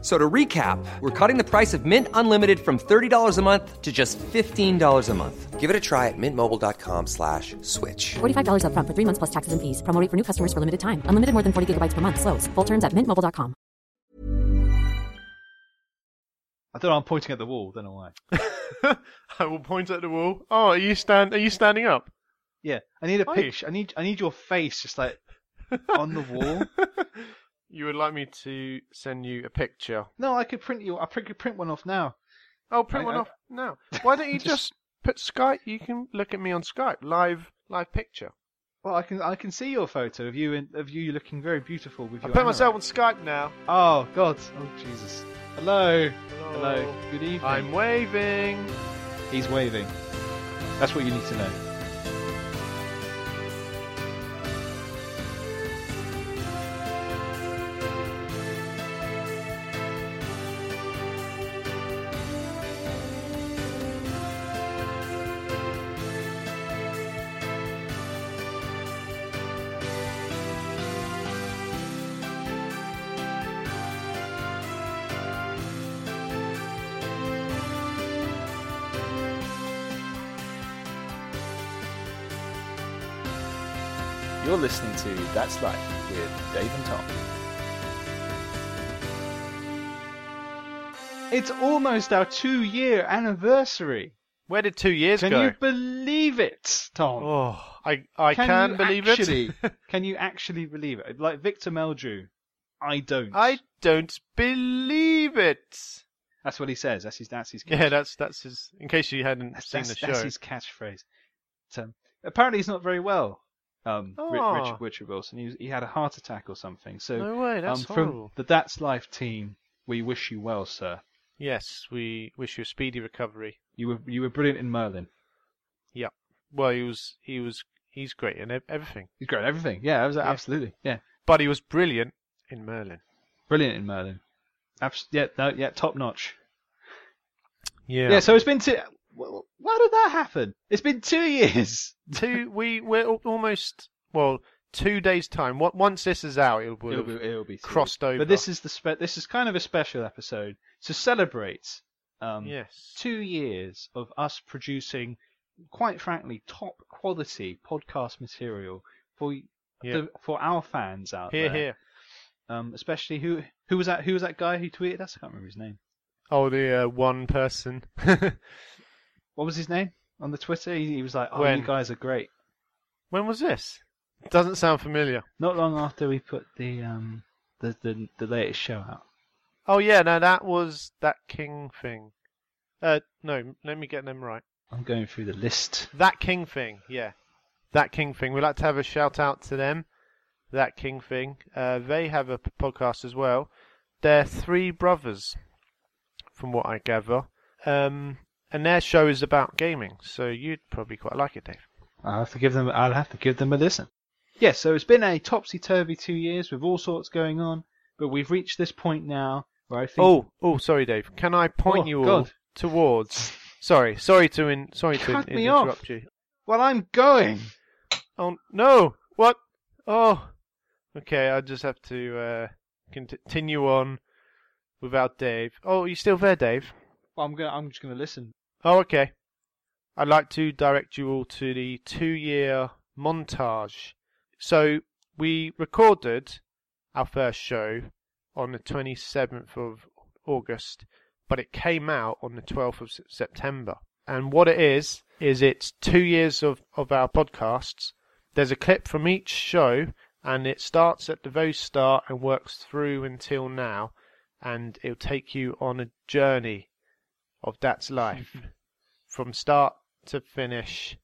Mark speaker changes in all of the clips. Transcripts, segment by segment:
Speaker 1: So to recap, we're cutting the price of Mint Unlimited from $30 a month to just $15 a month. Give it a try at mintmobile.com slash switch.
Speaker 2: $45 upfront for three months plus taxes and fees. Promo rate for new customers for limited time. Unlimited more than 40 gigabytes per month. Slows. Full terms at mintmobile.com.
Speaker 3: I don't know. I'm pointing at the wall. Don't know why.
Speaker 4: I will point at the wall. Oh, are you stand? Are you standing up?
Speaker 3: Yeah, I need a
Speaker 4: Are you?
Speaker 3: picture. I need I need your face just like on the wall.
Speaker 4: You would like me to send you a picture?
Speaker 3: No, I could print you. I pr- could print one off now.
Speaker 4: Oh, print
Speaker 3: I-
Speaker 4: one
Speaker 3: I-
Speaker 4: off now. Why don't you just,
Speaker 3: Just-
Speaker 4: put Skype? You can look at me on Skype live, live picture.
Speaker 3: Well, I can I can see your photo of you in, of you looking very beautiful with
Speaker 4: I
Speaker 3: your.
Speaker 4: put myself on
Speaker 3: anorak.
Speaker 4: Skype now.
Speaker 3: Oh God! Oh Jesus! Hello. Hello. Good evening.
Speaker 4: I'm waving.
Speaker 3: He's waving. That's what you need to know.
Speaker 5: You're listening to That's Life with Dave and Tom.
Speaker 3: It's almost our two-year anniversary.
Speaker 4: Where did two years
Speaker 3: Can
Speaker 4: go?
Speaker 3: you believe it, Tom?
Speaker 4: oh, I I can,
Speaker 3: you
Speaker 4: believe
Speaker 3: actually,
Speaker 4: it.
Speaker 3: can you actually believe it? Like Victor Meldrew, I don't.
Speaker 4: I don't believe it.
Speaker 3: That's what he says. That's his. That's his. Catch.
Speaker 4: Yeah, that's that's his. In case you hadn't
Speaker 3: that's,
Speaker 4: seen
Speaker 3: that's,
Speaker 4: the show,
Speaker 3: that's his catchphrase. But, um, apparently, he's not very well. Um, Ri-
Speaker 4: Oh.
Speaker 3: Richard, Richard Wilson. He, was, he had a heart attack or something. So,
Speaker 4: No way, that's
Speaker 3: um,
Speaker 4: horrible.
Speaker 3: from the That's Life team, we wish you well, sir.
Speaker 4: yes, we wish you a speedy recovery.
Speaker 3: You were you were brilliant in Merlin.
Speaker 4: Yeah. Well, he was he was he's great in ev- everything,
Speaker 3: He's great at everything. Yeah, I was absolutely. Yeah,
Speaker 4: but he was brilliant in Merlin.
Speaker 3: brilliant in Merlin. Abs- yeah, no, yeah, top notch.
Speaker 4: Yeah.
Speaker 3: Yeah. so it's been two. wh- wh- Why did that happen? It's been two years.
Speaker 4: two. We we're al- almost well two days time. What once this is out, it will.
Speaker 3: it'll
Speaker 4: have-
Speaker 3: be, it'll be soon.
Speaker 4: crossed over.
Speaker 3: But this is the spe- this is kind of a special episode to celebrate um,
Speaker 4: Yes.
Speaker 3: two years of us producing, quite frankly, top quality podcast material for y-
Speaker 4: Yeah.
Speaker 3: the, for our fans out
Speaker 4: here
Speaker 3: there.
Speaker 4: here.
Speaker 3: Um, especially who who was that who was that guy who tweeted us? I can't remember his name.
Speaker 4: Oh, the uh, one person.
Speaker 3: What was his name on the Twitter? He, he was like, "Oh,
Speaker 4: When?
Speaker 3: you guys are great."
Speaker 4: when was this? Doesn't sound familiar.
Speaker 3: Not long after we put the um the the, the latest show out.
Speaker 4: Oh yeah, no, that was that King thing. Uh, no, let me get them right.
Speaker 3: I'm going through the list.
Speaker 4: That King thing, yeah. That King thing. We'd like to have a shout out to them. That King thing. Uh, they have a p- podcast as well. They're three brothers, from what I gather. Um, and their show is about gaming, so you'd probably quite like it, Dave.
Speaker 3: I'll have to give them. I'll have to give them a listen. Yes, so it's been a topsy turvy two years with all sorts going on, but we've reached this point now where I think.
Speaker 4: Oh, oh, sorry, Dave. Can I point
Speaker 3: Oh,
Speaker 4: you all
Speaker 3: God.
Speaker 4: towards? Sorry, sorry to in, sorry
Speaker 3: Cut
Speaker 4: to in-
Speaker 3: me off.
Speaker 4: interrupt you.
Speaker 3: well, I'm going.
Speaker 4: Oh no! What? Oh, okay. I just have to uh, continue on without Dave. Oh, you still there, Dave?
Speaker 3: Well, I'm gonna. I'm just gonna listen.
Speaker 4: Oh, okay. I'd like to direct you all to the two-year montage. So we recorded our first show on the 27th of August, but it came out on the 12th of S- September. And what it is is it's two years of of our podcasts. There's a clip from each show, and it starts at the very start and works through until now, and it'll take you on a journey of That's Life from start to finish.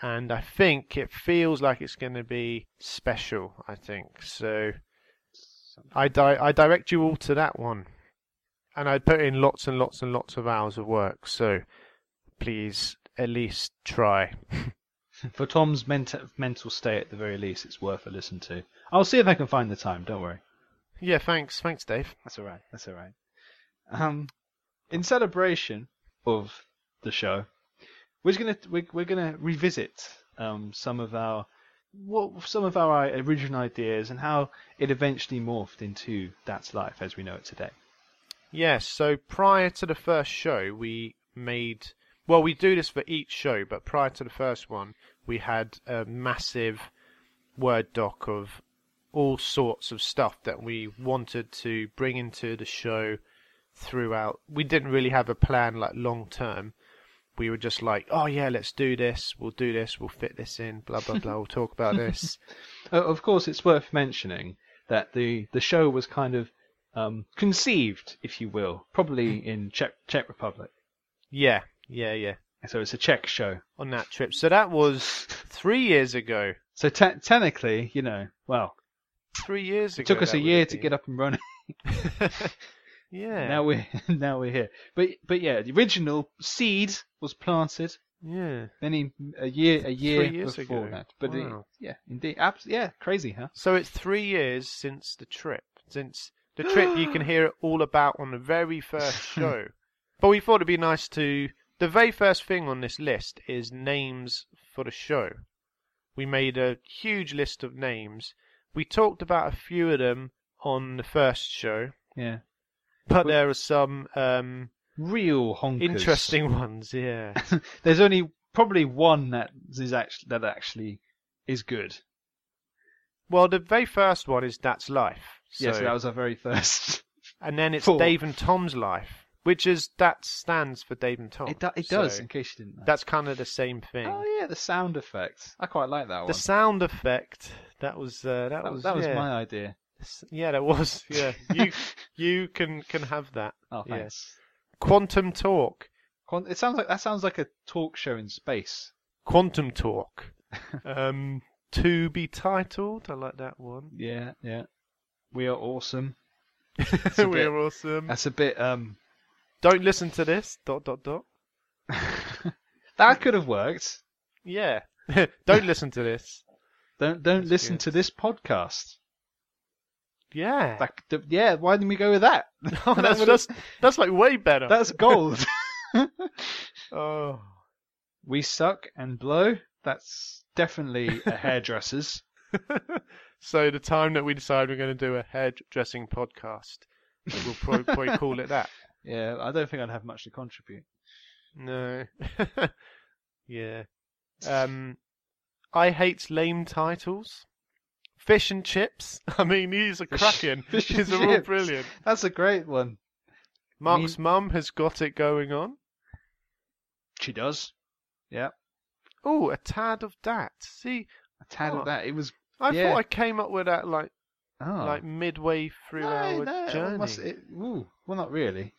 Speaker 4: And I think it feels like it's going to be special, I think. So I, di- I direct you all to that one. And I put in lots and lots and lots of hours of work. So please at least try.
Speaker 3: For Tom's ment- mental state, at the very least, it's worth a listen to. I'll see if I can find the time. Don't worry.
Speaker 4: Yeah, thanks. Thanks, Dave.
Speaker 3: That's all right. That's all right. Um, in celebration of the show, we're gonna we're, we're gonna revisit um, some of our what some of our original ideas and how it eventually morphed into That's Life as we know it today.
Speaker 4: Yes, so prior to the first show, we made. Well, we do this for each show, but prior to the first one, we had a massive Word doc of all sorts of stuff that we wanted to bring into the show throughout. We didn't really have a plan like long term. We were just like, oh yeah, let's do this, we'll do this, we'll fit this in, blah, blah, blah, we'll talk about this.
Speaker 3: Uh, of course, it's worth mentioning that the the show was kind of um, conceived, if you will, probably in Czech Czech Republic.
Speaker 4: Yeah, yeah, yeah.
Speaker 3: So it's a Czech show.
Speaker 4: On that trip. So that was three years ago.
Speaker 3: So te- technically, you know, well,
Speaker 4: Three years ago.
Speaker 3: it took us a year to get up and running.
Speaker 4: Yeah.
Speaker 3: Now we're now we're here. But but yeah, the original seed was planted
Speaker 4: yeah.
Speaker 3: many a year a year
Speaker 4: Three years
Speaker 3: before
Speaker 4: ago.
Speaker 3: that. But it-
Speaker 4: Wow.
Speaker 3: yeah, indeed, abs- yeah, crazy, huh?
Speaker 4: So it's three years since the trip. Since the trip, you can hear all about on the very first show. but we thought it'd be nice to. The very first thing on this list is names for the show. We made a huge list of names. We talked about a few of them on the first show,
Speaker 3: Yeah,
Speaker 4: but there are some um,
Speaker 3: real honkers.
Speaker 4: interesting ones. Yeah.
Speaker 3: There's only probably one that is actually that actually is good.
Speaker 4: Well, the very first one is That's Life. So,
Speaker 3: yes, that was our very first.
Speaker 4: and then it's
Speaker 3: Four.
Speaker 4: Dave and Tom's Life, which is that stands for Dave and Tom.
Speaker 3: It, do- it does.
Speaker 4: Oh, So
Speaker 3: in case you didn't know.
Speaker 4: that's kind of the same thing.
Speaker 3: oh yeah, the sound effects. I quite like that one.
Speaker 4: The sound effect that was uh, that,
Speaker 3: that was
Speaker 4: was
Speaker 3: that was
Speaker 4: yeah.
Speaker 3: my idea.
Speaker 4: S- yeah that was yeah you you can can have that
Speaker 3: Oh
Speaker 4: Yeah.
Speaker 3: thanks.
Speaker 4: quantum talk
Speaker 3: Quan- It sounds like that sounds like a talk show in space.
Speaker 4: quantum talk um to be titled I like that one
Speaker 3: Yeah, yeah. We are awesome. a bit-
Speaker 4: we're awesome
Speaker 3: That's a bit um
Speaker 4: don't listen to this dot dot dot
Speaker 3: that could have worked.
Speaker 4: yeah don't listen to this
Speaker 3: Don't don't
Speaker 4: That's
Speaker 3: listen
Speaker 4: good.
Speaker 3: to this podcast.
Speaker 4: yeah
Speaker 3: That, d- yeah, why didn't we go with that?
Speaker 4: Oh,
Speaker 3: That
Speaker 4: that's,
Speaker 3: would've-
Speaker 4: that's that's like way better
Speaker 3: that's gold.
Speaker 4: oh
Speaker 3: we suck and blow. That's definitely a hairdresser's.
Speaker 4: so the time that we decide we're going to do a hairdressing podcast we'll probably, probably call it that
Speaker 3: yeah, I don't think I'd have much to contribute.
Speaker 4: No. yeah. Um, I hate lame titles. Fish and chips. I mean, these are cracking.
Speaker 3: Fish and
Speaker 4: these are all
Speaker 3: chips.
Speaker 4: brilliant.
Speaker 3: That's a great one.
Speaker 4: Mark's mum has got it going on.
Speaker 3: She does. Yeah,
Speaker 4: Oh, a tad of that. See,
Speaker 3: a tad
Speaker 4: Oh.
Speaker 3: of that. It was
Speaker 4: I
Speaker 3: Yeah.
Speaker 4: thought I came up with that like
Speaker 3: oh.
Speaker 4: like midway through our
Speaker 3: it
Speaker 4: journey.
Speaker 3: must- it, ooh, well, not really.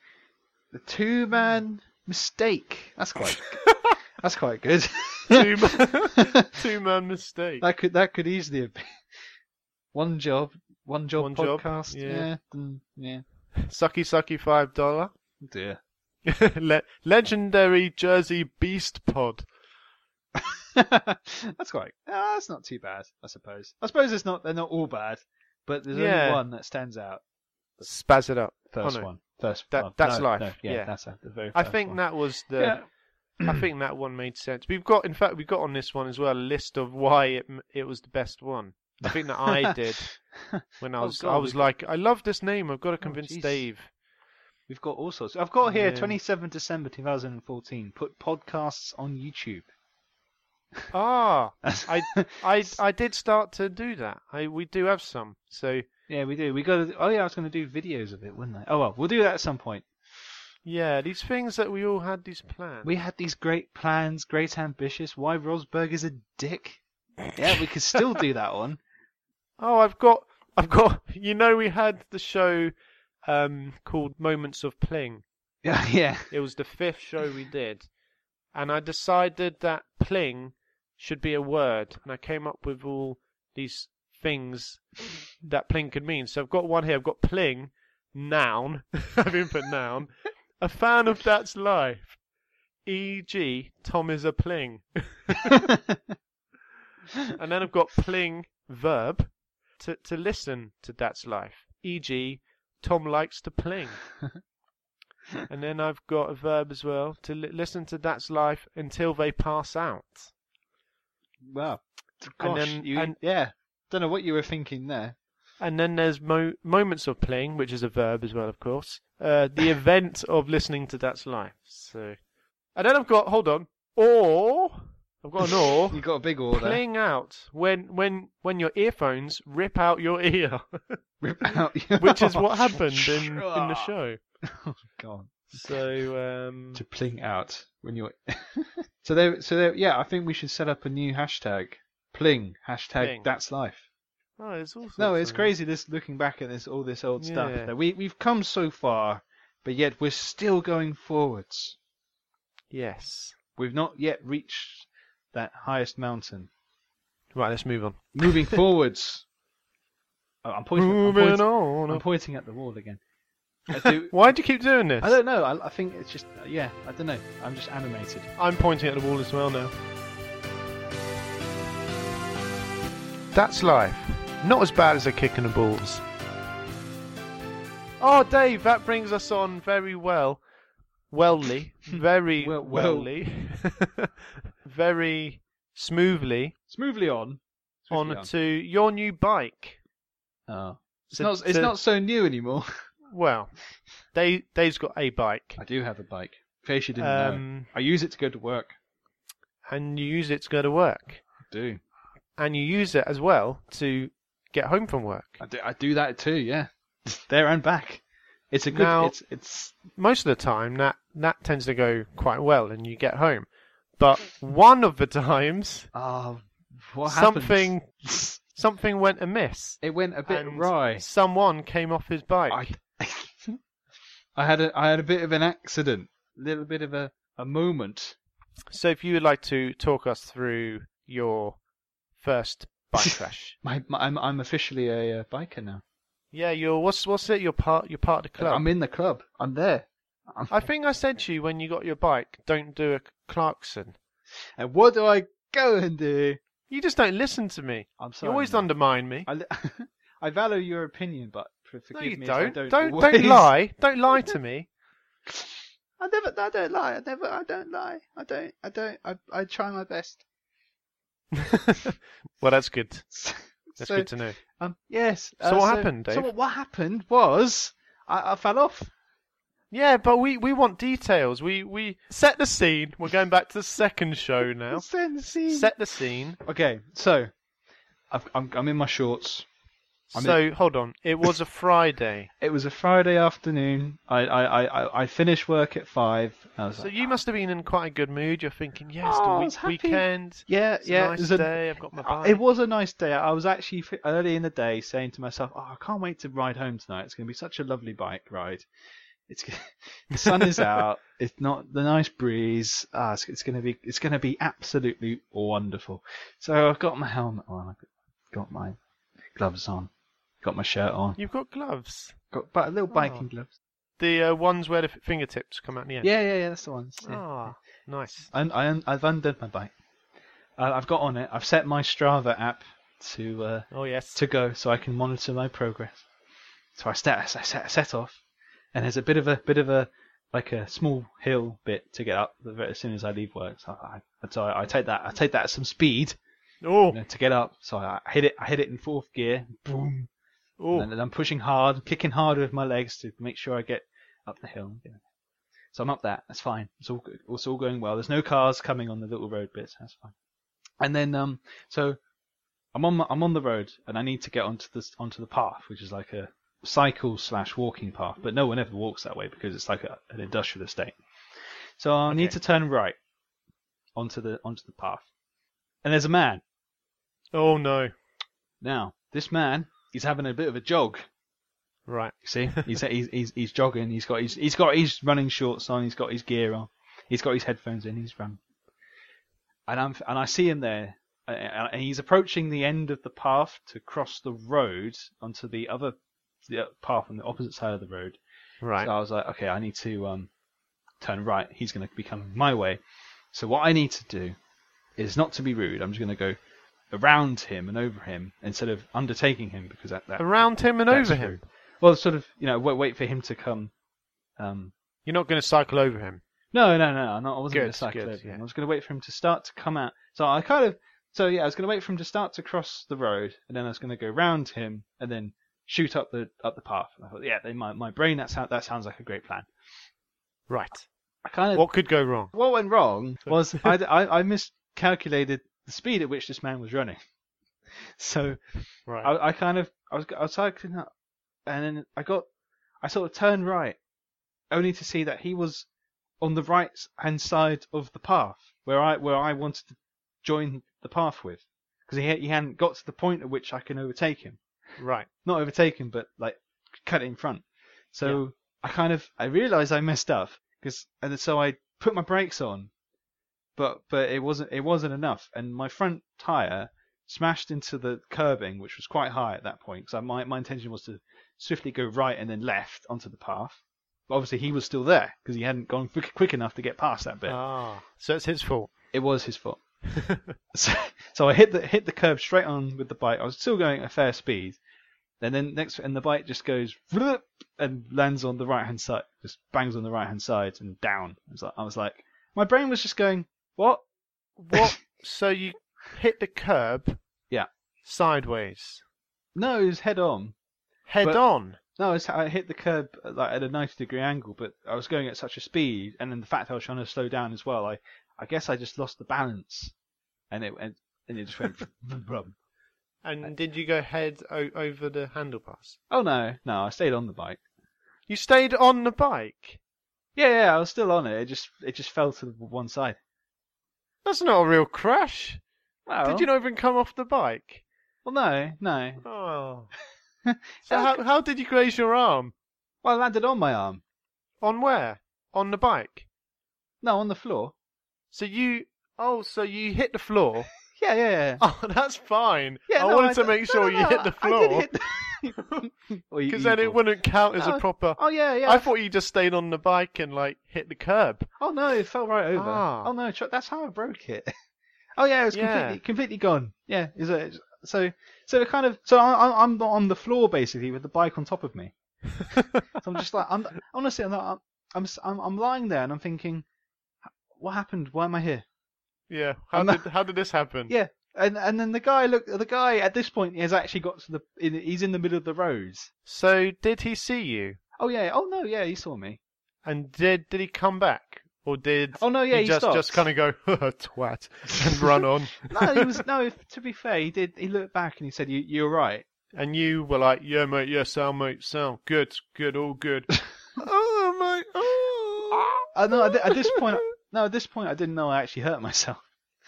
Speaker 3: The two man mistake. That's quite. that's quite good.
Speaker 4: Two man, two man mistake.
Speaker 3: that could that could easily have been one job, one job
Speaker 4: One job,
Speaker 3: podcast.
Speaker 4: yeah.
Speaker 3: yeah, mm, yeah.
Speaker 4: Sucky sucky five dollar.
Speaker 3: Dear.
Speaker 4: Le- legendary Jersey Beast Pod.
Speaker 3: that's quite. ah, that's not too bad, I suppose. I suppose it's not. They're not all bad, but there's
Speaker 4: Yeah.
Speaker 3: only one that stands out.
Speaker 4: Spaz it up.
Speaker 3: First
Speaker 4: Oh, no.
Speaker 3: one. First.
Speaker 4: That-
Speaker 3: one.
Speaker 4: that's
Speaker 3: No,
Speaker 4: life,
Speaker 3: no, yeah,
Speaker 4: yeah.
Speaker 3: that's uh, the very.
Speaker 4: I
Speaker 3: first
Speaker 4: think
Speaker 3: one.
Speaker 4: that was the.
Speaker 3: Yeah.
Speaker 4: I think that one made sense. We've got, in fact, we've got on this one as well a list of why it m- it was the best one. I think that I did when I
Speaker 3: Oh,
Speaker 4: was
Speaker 3: God,
Speaker 4: I was
Speaker 3: we've-
Speaker 4: like, I love this name. I've got to convince
Speaker 3: jeez.
Speaker 4: Dave.
Speaker 3: We've got all sorts. I've got here
Speaker 4: Yeah.
Speaker 3: 27 December 2014. Put podcasts on YouTube.
Speaker 4: Ah, I I I did start to do that. I we do have some. So
Speaker 3: Yeah, we do. We got. To, oh yeah, I was going to do videos of it, wouldn't I? Oh well, we'll do that at some point.
Speaker 4: yeah, these things that we all had these plans.
Speaker 3: We had these great plans, great ambitious. Why Rosberg is a dick? Yeah, we could still do that one.
Speaker 4: Oh, I've got I've got. You know, we had the show um called Moments of Pling.
Speaker 3: Yeah, yeah.
Speaker 4: It was the fifth show we did, and I decided that pling should be a word, and I came up with all these things that pling could mean. So I've got one here. I've got pling, noun. I've input noun. A fan of that's life. E.g., Tom is a pling. and then I've got pling verb to to listen to that's life. e.g., Tom likes to pling. and then I've got a verb as well to li- listen to That's Life until they pass out.
Speaker 3: Wow.
Speaker 4: And
Speaker 3: Gosh,
Speaker 4: then-
Speaker 3: you,
Speaker 4: and-
Speaker 3: yeah. Don't know what you were thinking there.
Speaker 4: And then there's mo- moments of pling, which is a verb as well, of course. Uh, the event of listening to That's Life. So, and then I've got hold on, or I've got an or.
Speaker 3: You got a big order.
Speaker 4: Playing out when when when your earphones rip out your ear,
Speaker 3: Rip out your-
Speaker 4: which is what happened in, in the show.
Speaker 3: Oh, God.
Speaker 4: So um,
Speaker 3: To pling out when you're. so there, so there, yeah. I think we should set up a new hashtag. Pling hashtag.
Speaker 4: Pling.
Speaker 3: That's life.
Speaker 4: oh, it's all
Speaker 3: No,
Speaker 4: sorts
Speaker 3: it's
Speaker 4: of-
Speaker 3: crazy. This looking back at this, all this old stuff.
Speaker 4: Yeah.
Speaker 3: That we we've come so far, but yet we're still going forwards.
Speaker 4: Yes.
Speaker 3: We've not yet reached that highest mountain.
Speaker 4: Right, let's move on.
Speaker 3: Moving forwards. Oh, I'm pointing. I'm
Speaker 4: Moving
Speaker 3: pointing,
Speaker 4: on.
Speaker 3: I'm pointing at the wall again. I, do,
Speaker 4: Why do you keep doing this?
Speaker 3: I don't know. I, I think it's just yeah. I don't know. I'm just animated.
Speaker 4: I'm pointing at the wall as well now. That's life. Not as bad as a kick in the balls. Oh, Dave, that brings us on very well. Wellly. Very
Speaker 3: Well- well.
Speaker 4: wellly. very smoothly
Speaker 3: Smoothly on. Smoothly
Speaker 4: on to your new bike.
Speaker 3: Oh. It's,
Speaker 4: So-
Speaker 3: not, it's
Speaker 4: so-
Speaker 3: not so new anymore.
Speaker 4: Well, Dave, Dave's got a bike.
Speaker 3: I do have a bike. In case you didn't know,
Speaker 4: Um,
Speaker 3: I use it to go to work.
Speaker 4: And you use it to go to work.
Speaker 3: I do.
Speaker 4: And you use it as well to get home from work.
Speaker 3: I do, I do that too. Yeah, there and back. It's a good.
Speaker 4: Now-
Speaker 3: it's it's
Speaker 4: most of the time that that tends to go quite well and you get home but one of the times
Speaker 3: ah what happened?
Speaker 4: something something went amiss
Speaker 3: It went a bit
Speaker 4: and
Speaker 3: awry.
Speaker 4: someone came off his bike
Speaker 3: I, I had a I had a bit of an accident. Little bit of a a moment.
Speaker 4: so if you would like to talk us through your first bike crash
Speaker 3: My, my I'm I'm officially a, uh biker now.
Speaker 4: yeah you're what's what's it you're part you're part of the club
Speaker 3: I'm in the club. I'm there. I'm,
Speaker 4: I think I said to you when you got your bike don't do a Clarkson
Speaker 3: and what do I go and do?
Speaker 4: you just don't listen to me
Speaker 3: I'm
Speaker 4: you
Speaker 3: sorry,
Speaker 4: always
Speaker 3: man.
Speaker 4: undermine me
Speaker 3: I, li- I value your opinion, but for,
Speaker 4: no
Speaker 3: forgive
Speaker 4: you
Speaker 3: me
Speaker 4: don't
Speaker 3: if I
Speaker 4: don't
Speaker 3: don't.
Speaker 4: don't,
Speaker 3: always-
Speaker 4: lie don't lie to me
Speaker 3: I never. I don't lie. I never. I don't lie. I don't. I don't. I. I try my best.
Speaker 4: well that's good That's
Speaker 3: So,
Speaker 4: good to know.
Speaker 3: Um. Yes.
Speaker 4: So what happened,
Speaker 3: So
Speaker 4: Dave?
Speaker 3: what, what happened was I, I fell off.
Speaker 4: Yeah, but we, we want details. We we set the scene. We're going back to the second show now.
Speaker 3: Send the scene.
Speaker 4: Set the scene.
Speaker 3: Okay. So I've, I'm. I'm in my shorts. I'm
Speaker 4: so hold on. It was a Friday.
Speaker 3: It was a Friday afternoon. I. I. I. I, I finished work at five. I was
Speaker 4: so
Speaker 3: like,
Speaker 4: you must have been in quite a good mood. You're thinking, yes,
Speaker 3: Oh, I
Speaker 4: the
Speaker 3: was
Speaker 4: week,
Speaker 3: happy.
Speaker 4: weekend.
Speaker 3: Yeah.
Speaker 4: It's
Speaker 3: yeah.
Speaker 4: a
Speaker 3: it
Speaker 4: nice
Speaker 3: was a-
Speaker 4: day. I've got my
Speaker 3: Uh,
Speaker 4: bike.
Speaker 3: It was a nice day. I was actually f- early in the day saying to myself, "Oh, I can't wait to ride home tonight. It's going to be such a lovely bike ride. It's g- the sun is out. It's not the nice breeze. Ah, it's, it's going to be it's going to be absolutely wonderful." So I've got my helmet on. I've got my gloves on. Got my shirt on.
Speaker 4: You've got gloves.
Speaker 3: Got but a little
Speaker 4: Oh,
Speaker 3: biking gloves.
Speaker 4: The uh, ones where the f- fingertips come out in the end.
Speaker 3: Yeah, yeah, yeah. That's the ones. Yeah.
Speaker 4: Ah, nice.
Speaker 3: I'm, I un- I've undone my bike. Uh, I've got on it. I've set my Strava app to. Uh,
Speaker 4: Oh yes.
Speaker 3: to go so I can monitor my progress. So I set, I set, I set off, and there's a bit of a bit of a like a small hill bit to get up the- as soon as I leave work. So I, I- so I, I take that I take that at some speed
Speaker 4: Oh,
Speaker 3: you know, to get up. So I I hit it I hit it in fourth gear, boom,
Speaker 4: oh.
Speaker 3: and then I'm pushing hard, kicking hard with my legs to make sure I get up the hill. you know. So I'm up that. That's fine. It's all good. it's all going well. There's no cars coming on the little road bits. That's fine. And then um, so I'm on my, I'm on the road and I need to get onto this onto the path, which is like a cycle slash walking path. But no one ever walks that way because it's like a, an industrial estate. So I need to
Speaker 4: Okay.
Speaker 3: turn right onto the onto the path. And there's a man.
Speaker 4: Oh no.
Speaker 3: Now this man is having a bit of a jog.
Speaker 4: Right.
Speaker 3: You see, he's he's he's, he's jogging. He's got his he's got his running shorts on. He's got his gear on. He's got his headphones in. He's running. And I'm and I see him there, uh, and he's approaching the end of the path to cross the road onto the other the path on the opposite side of the road.
Speaker 4: Right.
Speaker 3: So I was like, okay, I need to um, turn right. He's going to be coming my way. So what I need to do is not to be rude. I'm just going to go around him and over him instead of undertaking him because that, that
Speaker 4: Around him and
Speaker 3: that's
Speaker 4: over
Speaker 3: rude.
Speaker 4: him.
Speaker 3: Well, sort of, you know, wait, wait for him to come. Um,
Speaker 4: You're not going to cycle over him.
Speaker 3: no, no, no, no, I wasn't going
Speaker 4: Good,
Speaker 3: to cycle
Speaker 4: good,
Speaker 3: over him.
Speaker 4: yeah.
Speaker 3: I was going to wait for him to start to come out. So I kind of, so yeah, I was going to wait for him to start to cross the road, and then I was going to go round him and then shoot up the up the path. And I thought, yeah, in my my brain, that sound, that sounds like a great plan.
Speaker 4: Right.
Speaker 3: I kind of
Speaker 4: What could go wrong?
Speaker 3: what went wrong was I, I, I miscalculated the speed at which this man was running. So
Speaker 4: Right.
Speaker 3: I, I kind of I was I was cycling up, and then I got I sort of turned right, only to see that he was on the right hand side of the path where I where I wanted to join the path with, because he had- he hadn't got to the point at which I can overtake him
Speaker 4: right.
Speaker 3: not overtaken, but like cut it in front. So I kind of I realised I messed up because and so I put my brakes on, but but it wasn't it wasn't enough, and my front tire smashed into the curbing, which was quite high at that point. So my my intention was to swiftly go right and then left onto the path. But obviously he was still there because he hadn't gone quick, quick enough to get past that bit.
Speaker 4: Ah. So it's his fault.
Speaker 3: It was his fault. so, so I hit the hit the curb straight on with the bike. I was still going at a fair speed, and then next and the bike just goes "Vloop," and lands on the right hand side, just bangs on the right hand side and down. I was like, I was like, my brain was just going, what?
Speaker 4: What? so you hit the curb
Speaker 3: Yeah.
Speaker 4: sideways,
Speaker 3: No, it was head on.
Speaker 4: head
Speaker 3: But-
Speaker 4: on.
Speaker 3: No, it's- I hit the curb at, like at a ninety degree angle, but I was going at such a speed, and then the fact I was trying to slow down as well, I, I guess I just lost the balance, and it and, and it just went.
Speaker 4: And did you go head o- over the handlebars?
Speaker 3: oh no, no, I stayed on the bike.
Speaker 4: You stayed on the bike.
Speaker 3: Yeah, yeah, I was still on it. It just it just fell to the one side.
Speaker 4: That's not a real crash.
Speaker 3: Well,
Speaker 4: Did you not even come off the bike?
Speaker 3: Well, no, no.
Speaker 4: Oh. so how how did you graze your arm?
Speaker 3: Well, I landed on my arm.
Speaker 4: On where? On the bike.
Speaker 3: No, on the floor.
Speaker 4: So you oh so you hit the floor.
Speaker 3: Yeah, yeah, yeah.
Speaker 4: oh, that's fine.
Speaker 3: yeah
Speaker 4: I
Speaker 3: no,
Speaker 4: wanted to
Speaker 3: d-
Speaker 4: make
Speaker 3: no,
Speaker 4: sure
Speaker 3: no,
Speaker 4: you
Speaker 3: no,
Speaker 4: hit the
Speaker 3: I did
Speaker 4: floor
Speaker 3: hit the- Well, you
Speaker 4: because then it
Speaker 3: evil.
Speaker 4: wouldn't count as a
Speaker 3: No.
Speaker 4: proper.
Speaker 3: Oh yeah, yeah.
Speaker 4: I thought you just stayed on the bike and like hit the curb.
Speaker 3: Oh no, it fell right over.
Speaker 4: Ah.
Speaker 3: Oh no, tr- that's how I broke it. Oh yeah, it was
Speaker 4: Yeah.
Speaker 3: completely completely gone. Yeah, is it? So so it kind of so I, I- I'm on the floor basically with the bike on top of me. So I'm just like, I'm honestly, I'm not, I'm- I'm, s- I'm, I'm lying there and I'm thinking, what happened? Why am I here?
Speaker 4: yeah. How
Speaker 3: I'm
Speaker 4: did
Speaker 3: not-
Speaker 4: how did this happen?
Speaker 3: Yeah, and and then the guy look, the guy at this point has actually got to the, in, he's in the middle of the roads.
Speaker 4: So did he see you?
Speaker 3: Oh yeah, oh no, yeah, he saw me.
Speaker 4: And did did he come back or did?
Speaker 3: Oh, no, yeah, he
Speaker 4: just just
Speaker 3: stopped.
Speaker 4: kind of go twat and run on.
Speaker 3: No, he was no. To be fair, he did. He looked back and he said, "You, you're right."
Speaker 4: and you were like, yeah, mate, yeah, sound, mate, sound, good, good, all good. oh, mate, oh.
Speaker 3: Uh, no, at, thi- at this point, no, at this point, I didn't know I actually hurt myself.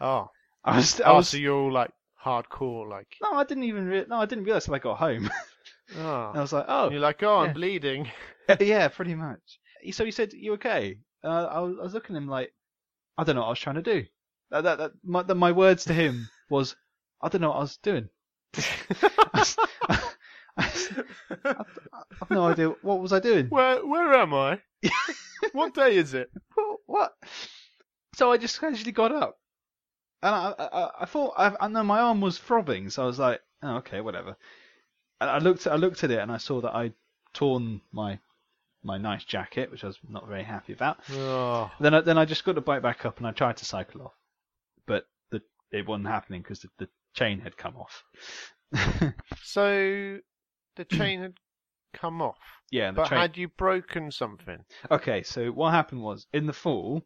Speaker 4: Oh,
Speaker 3: I was, Ah. I
Speaker 4: oh,
Speaker 3: was.
Speaker 4: so you're all like hardcore, like,
Speaker 3: No, I didn't even. Re- no, I didn't realize till I got home.
Speaker 4: oh.
Speaker 3: And I was like, "Oh,
Speaker 4: And you're like, oh, I'm
Speaker 3: yeah.
Speaker 4: bleeding.
Speaker 3: yeah, pretty much. He- So he said, "You okay?" Uh, I, was, I was looking at him like, I don't know what I was trying to do. That, that, that, my, that my words to him was, I don't know what I was doing. I, was- I, I- I've no idea what was I doing.
Speaker 4: Where, where am I? what day is it?
Speaker 3: What? what? So I just casually got up, and I, I, I- I thought I, I know my arm was throbbing, so I was like, oh, okay, whatever. And I looked, I looked at it, and I saw that I'd torn my my nice jacket, which I was not very happy about.
Speaker 4: Oh,
Speaker 3: Then I, then I just got the bike back up and I tried to cycle off, but the, it wasn't happening because the, the chain had come off.
Speaker 4: so the chain had come off,
Speaker 3: yeah, and the
Speaker 4: but
Speaker 3: chain.
Speaker 4: had you broken something?
Speaker 3: Okay, so what happened was in the fall,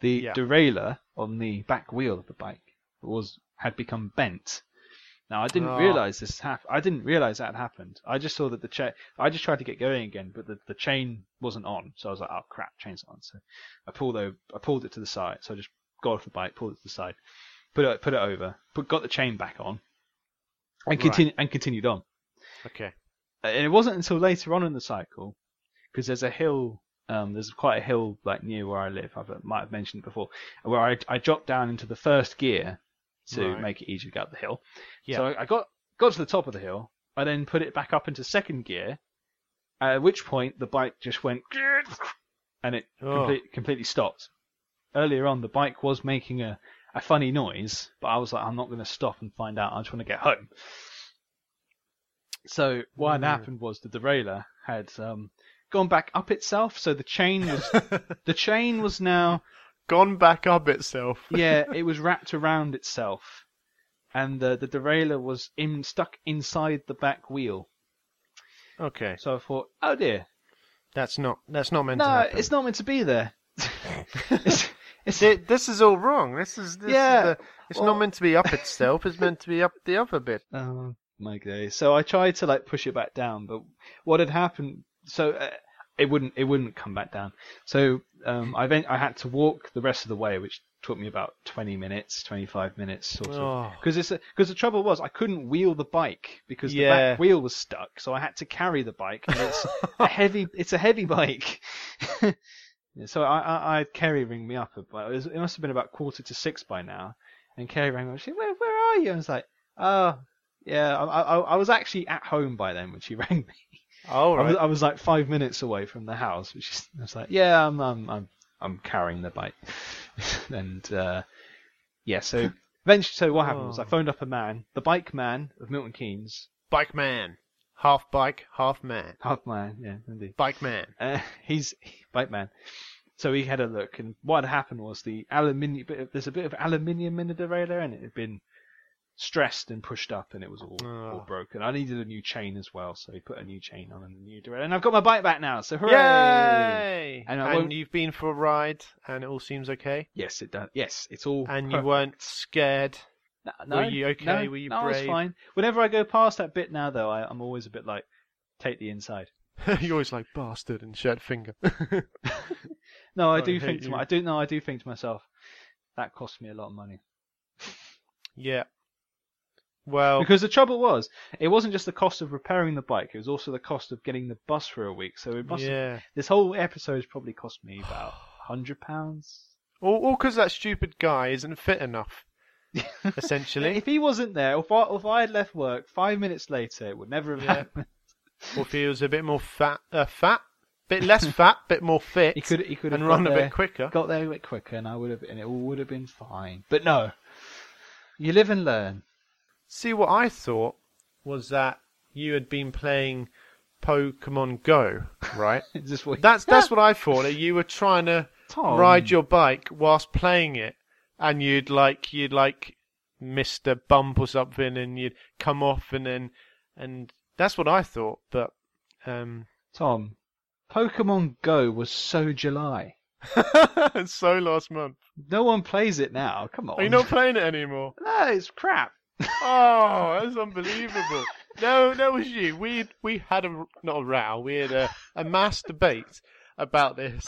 Speaker 3: the
Speaker 4: Yeah.
Speaker 3: derailleur on the back wheel of the bike was had become bent. Now I didn't
Speaker 4: Ah.
Speaker 3: realize this happened. I didn't realize that had happened. I just saw that the chain. I just tried to get going again, but the, the chain wasn't on. So I was like, "Oh crap, chain's not on." So I pulled over, I pulled it to the side. So I just got off the bike, pulled it to the side, put it put it over, put got the chain back on, and
Speaker 4: Right.
Speaker 3: continue and continued on.
Speaker 4: Okay.
Speaker 3: Uh, And it wasn't until later on in the cycle, because there's a hill, um, there's quite a hill like near where I live. I might have mentioned it before, where I I dropped down into the first gear to
Speaker 4: Right.
Speaker 3: make it easier to get up the hill.
Speaker 4: Yeah.
Speaker 3: So I I got got to the top of the hill. I then put it back up into second gear, at which point the bike just went and it
Speaker 4: Oh.
Speaker 3: complete, completely stopped. Earlier on, the bike was making a, a funny noise, but I was like, I'm not going to stop and find out. I just want to get home. So what had
Speaker 4: Mm.
Speaker 3: happened was the derailleur had um, gone back up itself, so the chain was the chain was now
Speaker 4: Gone back up itself.
Speaker 3: yeah it was wrapped around itself, and the the derailleur was in, stuck inside the back wheel.
Speaker 4: Okay.
Speaker 3: So I thought, oh dear,
Speaker 4: That's not that's not meant to
Speaker 3: no,
Speaker 4: happen.
Speaker 3: it's not meant to be there. it's, it's
Speaker 4: Th- this is all wrong. This is this
Speaker 3: Yeah,
Speaker 4: Is the, it's
Speaker 3: well-
Speaker 4: not meant to be up itself. It's meant to be up the other bit.
Speaker 3: Oh my day! So I tried to like push it back down, but what had happened? So uh, it wouldn't it wouldn't come back down. So um, I then I had to walk the rest of the way, which took me about twenty minutes, twenty five minutes, sort of.
Speaker 4: Oh.
Speaker 3: Because because the trouble was I couldn't wheel the bike because the
Speaker 4: Yeah.
Speaker 3: back wheel was stuck, so I had to carry the bike. And it's a heavy it's a heavy bike. so I, I I had Kerry ring me up, but it, was, it must have been about quarter to six by now. And Kerry rang me up. She said, where where are you? And I was like, oh. Yeah, I, I, I was actually at home by then when she rang me.
Speaker 4: All
Speaker 3: I, was,
Speaker 4: right.
Speaker 3: I was like five minutes away from the house, which is, I was like, yeah, I'm, I'm, I'm, I'm carrying the bike. and uh, yeah, so eventually, so what happened was I
Speaker 4: Oh.
Speaker 3: phoned up a man, the bike man of Milton Keynes,
Speaker 4: Bike man, half bike, half man.
Speaker 3: half man, yeah, indeed.
Speaker 4: Bike man.
Speaker 3: Uh, he's bike man. So he had a look, and what had happened was the aluminium. Bit of, there's a bit of aluminium in the derailleur, and it had been stressed and pushed up, and it was all, all
Speaker 4: Oh.
Speaker 3: broken. I needed a new chain as well, so he put a new chain on and a new derailleur, and I've got my bike back now. So hooray!
Speaker 4: Yay!
Speaker 3: And
Speaker 4: And,
Speaker 3: I won't-
Speaker 4: you've been for a ride, and it all seems okay.
Speaker 3: Yes, it does. Yes, it's all.
Speaker 4: And you
Speaker 3: perfect.
Speaker 4: weren't scared.
Speaker 3: No,
Speaker 4: were
Speaker 3: no,
Speaker 4: you okay?
Speaker 3: No,
Speaker 4: Were you
Speaker 3: no, I was
Speaker 4: brave?
Speaker 3: fine. Whenever I go past that bit now, though, I, I'm always a bit like, take the inside.
Speaker 4: You're always like bastard and shirt finger.
Speaker 3: No, I
Speaker 4: I
Speaker 3: do
Speaker 4: hate
Speaker 3: think to my,
Speaker 4: you.
Speaker 3: I do no, I do think to myself, that cost me a lot of money.
Speaker 4: yeah. Well,
Speaker 3: Because the trouble was, it wasn't just the cost of repairing the bike; it was also the cost of getting the bus for a week. So it must. have-
Speaker 4: yeah.
Speaker 3: this whole episode's probably cost me about hundred pounds.
Speaker 4: All because that stupid guy isn't fit enough. Essentially,
Speaker 3: If he wasn't there, if I, if I had left work five minutes later, it would never have
Speaker 4: Yeah.
Speaker 3: happened.
Speaker 4: or if he was a bit more fat, uh, fat, bit less fat, bit more fit,
Speaker 3: He could he could have
Speaker 4: and
Speaker 3: got
Speaker 4: run a
Speaker 3: there-
Speaker 4: bit quicker.
Speaker 3: Got there a bit quicker, and I would have, and it all would have been fine. But no, you live and learn.
Speaker 4: See, what I thought was that you had been playing Pokemon Go, right?
Speaker 3: Is this what
Speaker 4: That's that's what I thought. That you were trying to
Speaker 3: Tom.
Speaker 4: ride your bike whilst playing it, and you'd like you'd like missed a bump or something, and you'd come off, and then and that's what I thought. But um,
Speaker 3: Tom? Pokemon Go was so July.
Speaker 4: so last month,
Speaker 3: No one plays it now. Come on.
Speaker 4: are you not playing it anymore?
Speaker 3: No, it's crap.
Speaker 4: Oh, that's unbelievable. No, that was you. We we had a not a row. We had a, a mass debate about this,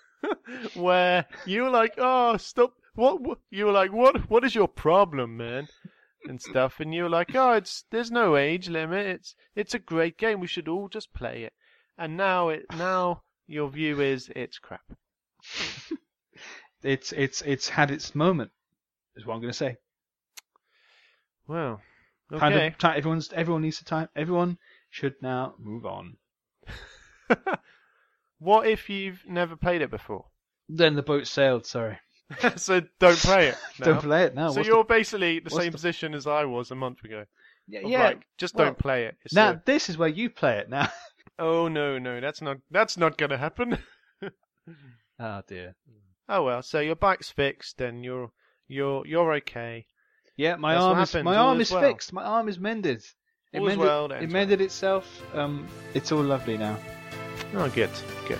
Speaker 4: where you were like, "Oh, stop! What, what?" You were like, "What? What is your problem, man?" And stuff. And you were like, "Oh, it's there's no age limit. It's it's a great game. We should all just play it." And now it now your view is it's crap.
Speaker 3: It's it's it's had its moment. Is what I'm going to say.
Speaker 4: Well, okay.
Speaker 3: Kind of, ti- everyone's everyone needs to time. Everyone should now move on.
Speaker 4: what if you've never played it before?
Speaker 3: Then the boat sailed. Sorry.
Speaker 4: so don't play it. now.
Speaker 3: Don't play it now.
Speaker 4: So
Speaker 3: What's the-
Speaker 4: you're basically the
Speaker 3: what's
Speaker 4: same
Speaker 3: the-
Speaker 4: position as I was a month ago.
Speaker 3: yeah.
Speaker 4: Of
Speaker 3: yeah,
Speaker 4: like, just
Speaker 3: well,
Speaker 4: don't play it. It's
Speaker 3: Now
Speaker 4: a-
Speaker 3: this is where you play it now.
Speaker 4: oh no, no, that's not that's not gonna happen. Ah,
Speaker 3: oh dear.
Speaker 4: oh well, so your bike's fixed and you're you're you're okay.
Speaker 3: Yeah, my
Speaker 4: That's what
Speaker 3: arm is
Speaker 4: happens,
Speaker 3: my
Speaker 4: all
Speaker 3: arm
Speaker 4: is
Speaker 3: is
Speaker 4: well.
Speaker 3: fixed. My arm is mended. It
Speaker 4: All is
Speaker 3: mended,
Speaker 4: well that
Speaker 3: it
Speaker 4: ends
Speaker 3: mended itself. Um, it's all lovely now.
Speaker 4: Oh good, good.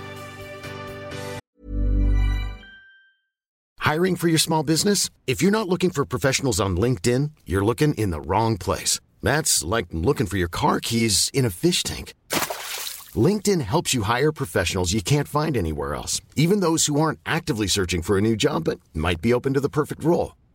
Speaker 6: Hiring for your small business? If you're not looking for professionals on LinkedIn, you're looking in the wrong place. That's like looking for your car keys in a fish tank. LinkedIn helps you hire professionals you can't find anywhere else, even those who aren't actively searching for a new job but might be open to the perfect role.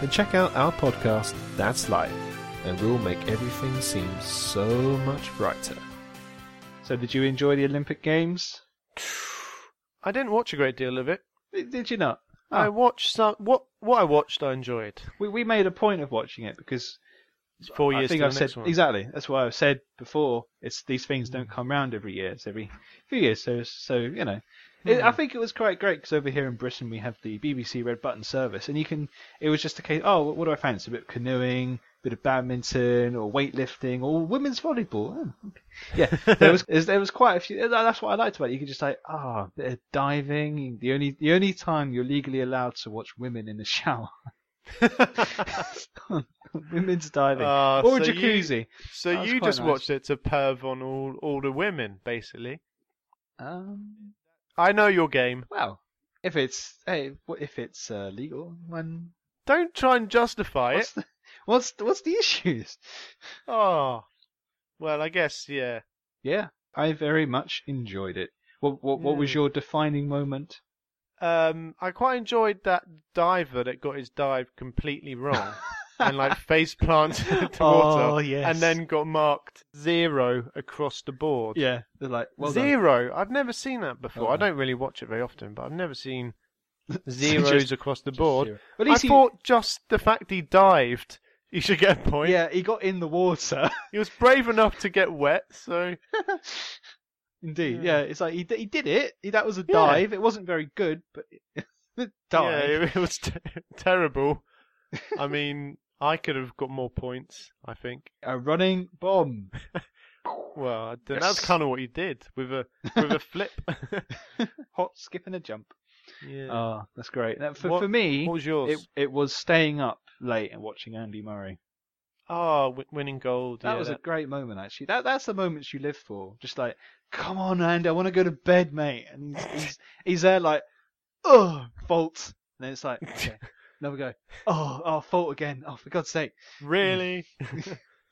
Speaker 5: Then check out our podcast, That's Life, and we'll make everything seem so much brighter.
Speaker 3: So, did you enjoy the Olympic Games?
Speaker 4: I didn't watch a great deal of it.
Speaker 3: Did did you not?
Speaker 5: Ah.
Speaker 4: I watched some. What what I watched, I enjoyed.
Speaker 3: We we made a point of watching it because
Speaker 4: It's four
Speaker 3: I
Speaker 4: years.
Speaker 3: think
Speaker 4: till
Speaker 3: I've
Speaker 4: the
Speaker 3: said
Speaker 4: next one. Mm.
Speaker 3: exactly. That's what I've said before. It's these things don't come round every year. It's every few years. So so you know, it,
Speaker 4: Hmm.
Speaker 3: I think it was quite great because over here in Britain we have the BBC Red Button service, and you can. It was just a case. Oh, what, what do I fancy? A bit of canoeing, a bit of badminton, or weightlifting, or women's volleyball. Oh, okay. Yeah, there was there was quite a few. That's what I liked about it. You could just like ah, a bit of diving. The only the only time you're legally allowed to watch women in the shower. Women's diving
Speaker 4: Ah,
Speaker 3: or a
Speaker 4: so you-
Speaker 3: jacuzzi.
Speaker 4: So
Speaker 3: That was
Speaker 4: you
Speaker 3: quite
Speaker 4: just
Speaker 3: nice.
Speaker 4: watched it to perv on all all the women, basically.
Speaker 3: Um,
Speaker 4: I know your game.
Speaker 3: well, if it's hey, wha- if it's uh, legal, when
Speaker 4: Don't try and justify
Speaker 3: what's
Speaker 4: it.
Speaker 3: the, what's the, what's the issues?
Speaker 4: Oh, well, I guess yeah.
Speaker 3: Yeah, I very much enjoyed it. What what, what was
Speaker 4: Yeah.
Speaker 3: your defining moment?
Speaker 4: Um, I quite enjoyed that diver that got his dive completely wrong and like face planted the water,
Speaker 3: Oh, yes.
Speaker 4: and then got marked zero across the board.
Speaker 3: Yeah, they're like well done.
Speaker 4: zero. I've never seen that before.
Speaker 3: Well
Speaker 4: I
Speaker 3: done.
Speaker 4: don't really watch it very often, but I've never seen zeros across the board.
Speaker 3: zero. At least he-
Speaker 4: I thought just the fact he dived, he should get a point.
Speaker 3: Yeah, he got in the water.
Speaker 4: He was brave enough to get wet, so
Speaker 3: Indeed. Yeah. it's like he d- he did it. He, that was a
Speaker 4: Yeah.
Speaker 3: dive. It wasn't very good, but it dive.
Speaker 4: yeah, it was te- terrible. I mean, I could have got more points, I think.
Speaker 3: A running bomb.
Speaker 4: Well, I don't-
Speaker 3: Yes.
Speaker 4: that's kind of what he did with a with a flip.
Speaker 3: Hot skip and a jump.
Speaker 4: yeah.
Speaker 3: Oh, that's great. Now, for,
Speaker 4: What-
Speaker 3: for me,
Speaker 4: what was yours?
Speaker 3: It, it was staying up late and watching Andy Murray.
Speaker 4: Ah, wi- winning gold.
Speaker 3: That
Speaker 4: yeah,
Speaker 3: was a great moment, actually. That that's the moments you live for. Just like, come on, Andy, I want to go to bed, mate. And he's he's, he's there like, oh, fault. And then it's like, okay, another go. Oh, oh, fault again. Oh, for God's sake. Mm.
Speaker 4: really.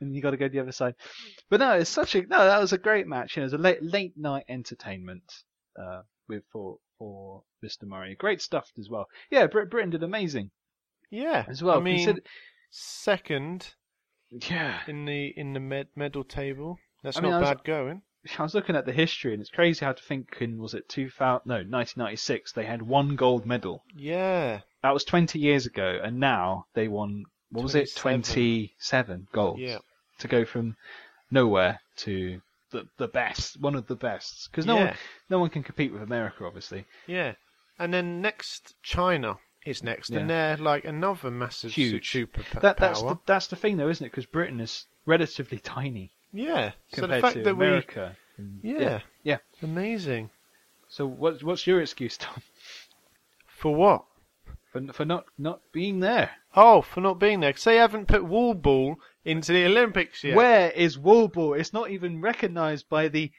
Speaker 3: And you got to go the other side. But no, it's such a no. That was a great match. You know, it was a late late night entertainment. Uh, with for for Mr. Murray, great stuff as well. Yeah, Brit- Britain did amazing
Speaker 4: yeah,
Speaker 3: as well.
Speaker 4: I mean,
Speaker 3: Consider-
Speaker 4: second
Speaker 3: yeah.
Speaker 4: in the in the med- medal table. That's
Speaker 3: I
Speaker 4: not
Speaker 3: mean, I was-
Speaker 4: bad going.
Speaker 3: I was looking at the history, and it's crazy how to think. In was it 2000? No, 1996. They had one gold medal.
Speaker 4: Yeah,
Speaker 3: That was 20 years ago, and now they won. What was it?
Speaker 4: 27.
Speaker 3: 27 golds.
Speaker 4: Yeah.
Speaker 3: To go from nowhere to the the best, one of the best, because no
Speaker 4: Yeah.
Speaker 3: one no one can compete with America, obviously.
Speaker 4: yeah. And then next, China is next, and they're like another massive
Speaker 3: Huge.
Speaker 4: super power.
Speaker 3: That that's the, that's the thing, though, isn't it? Because Britain is relatively tiny
Speaker 4: yeah. So the
Speaker 3: compared
Speaker 4: fact
Speaker 3: to
Speaker 4: that
Speaker 3: America.
Speaker 4: we yeah,
Speaker 3: Yeah. Yeah.
Speaker 4: amazing
Speaker 3: So what's what's your excuse, Tom,
Speaker 4: for what?
Speaker 3: for for not not being there?
Speaker 4: Oh, for not being there because they haven't put wall ball into the Olympics yet.
Speaker 3: Where is Woolball? It's not even recognised by the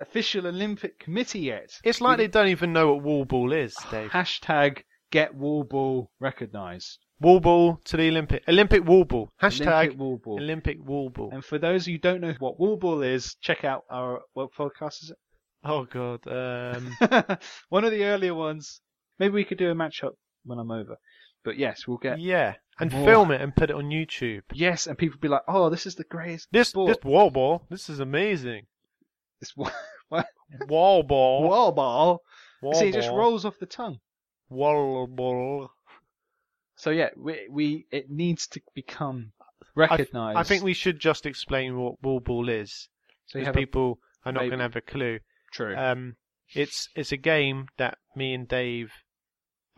Speaker 3: official Olympic Committee yet. Ah,
Speaker 4: It's like they don't even know what wall ball is, Dave.
Speaker 3: Hashtag get Woolball recognised.
Speaker 4: wall ball to the Olympic Olympic wall ball. Hashtag
Speaker 3: Olympic wall ball.
Speaker 4: Olympic wall ball.
Speaker 3: And for those who don't know what Woolball is, check out our what podcast is
Speaker 4: Oh god. Um,
Speaker 3: it? One of the earlier ones. Maybe we could do a matchup when I'm over. But yes, we'll get
Speaker 4: yeah, and
Speaker 3: More.
Speaker 4: film it and put it on YouTube.
Speaker 3: yes, and people be like, "Oh, this is the greatest."
Speaker 4: This
Speaker 3: sport.
Speaker 4: this wall ball. This is amazing.
Speaker 3: this wa- what
Speaker 4: Wall ball.
Speaker 3: Woolball.
Speaker 4: Wall
Speaker 3: See, it just
Speaker 4: ball.
Speaker 3: rolls off the tongue.
Speaker 4: Wall ball.
Speaker 3: So yeah, we we it needs to become
Speaker 4: I-
Speaker 3: recognised.
Speaker 4: I, think we should just explain what wall ball is,
Speaker 3: so you
Speaker 4: because
Speaker 3: have a-
Speaker 4: people are not
Speaker 3: maybe-
Speaker 4: going to have a clue.
Speaker 3: True.
Speaker 4: Um, it's it's a game that me and Dave,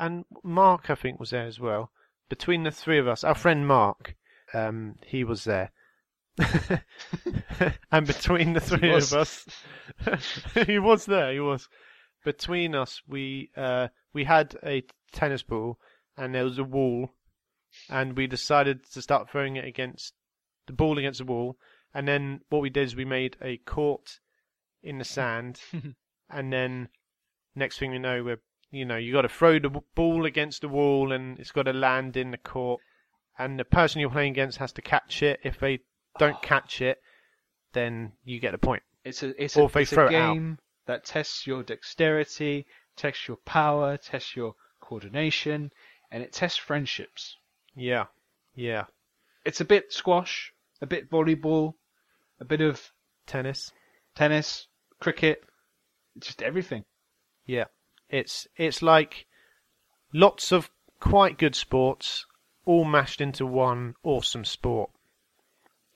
Speaker 4: and Mark I think was there as well. Between the three of us, our friend Mark, um, he was there. and between the three of
Speaker 3: was.
Speaker 4: us, he was there. He was between us. We uh, we had a tennis ball, and there was a wall, and we decided to start throwing it against the ball against the wall. And then what we did is we made a court in the sand, and then next thing we know, we're you know you got to throw the w- ball against the wall, and it's got to land in the court, and the person you're playing against has to catch it. If they don't catch it, then you get a point.
Speaker 3: It's a it's
Speaker 4: Or
Speaker 3: a,
Speaker 4: if they
Speaker 3: it's a
Speaker 4: throw it out.
Speaker 3: game that tests your dexterity, tests your power, tests your coordination, and it tests friendships.
Speaker 4: Yeah, yeah.
Speaker 3: It's a bit squash, a bit volleyball, a bit of
Speaker 4: Tennis.
Speaker 3: tennis, cricket, just everything.
Speaker 4: Yeah, it's it's like lots of quite good sports all mashed into one awesome sport.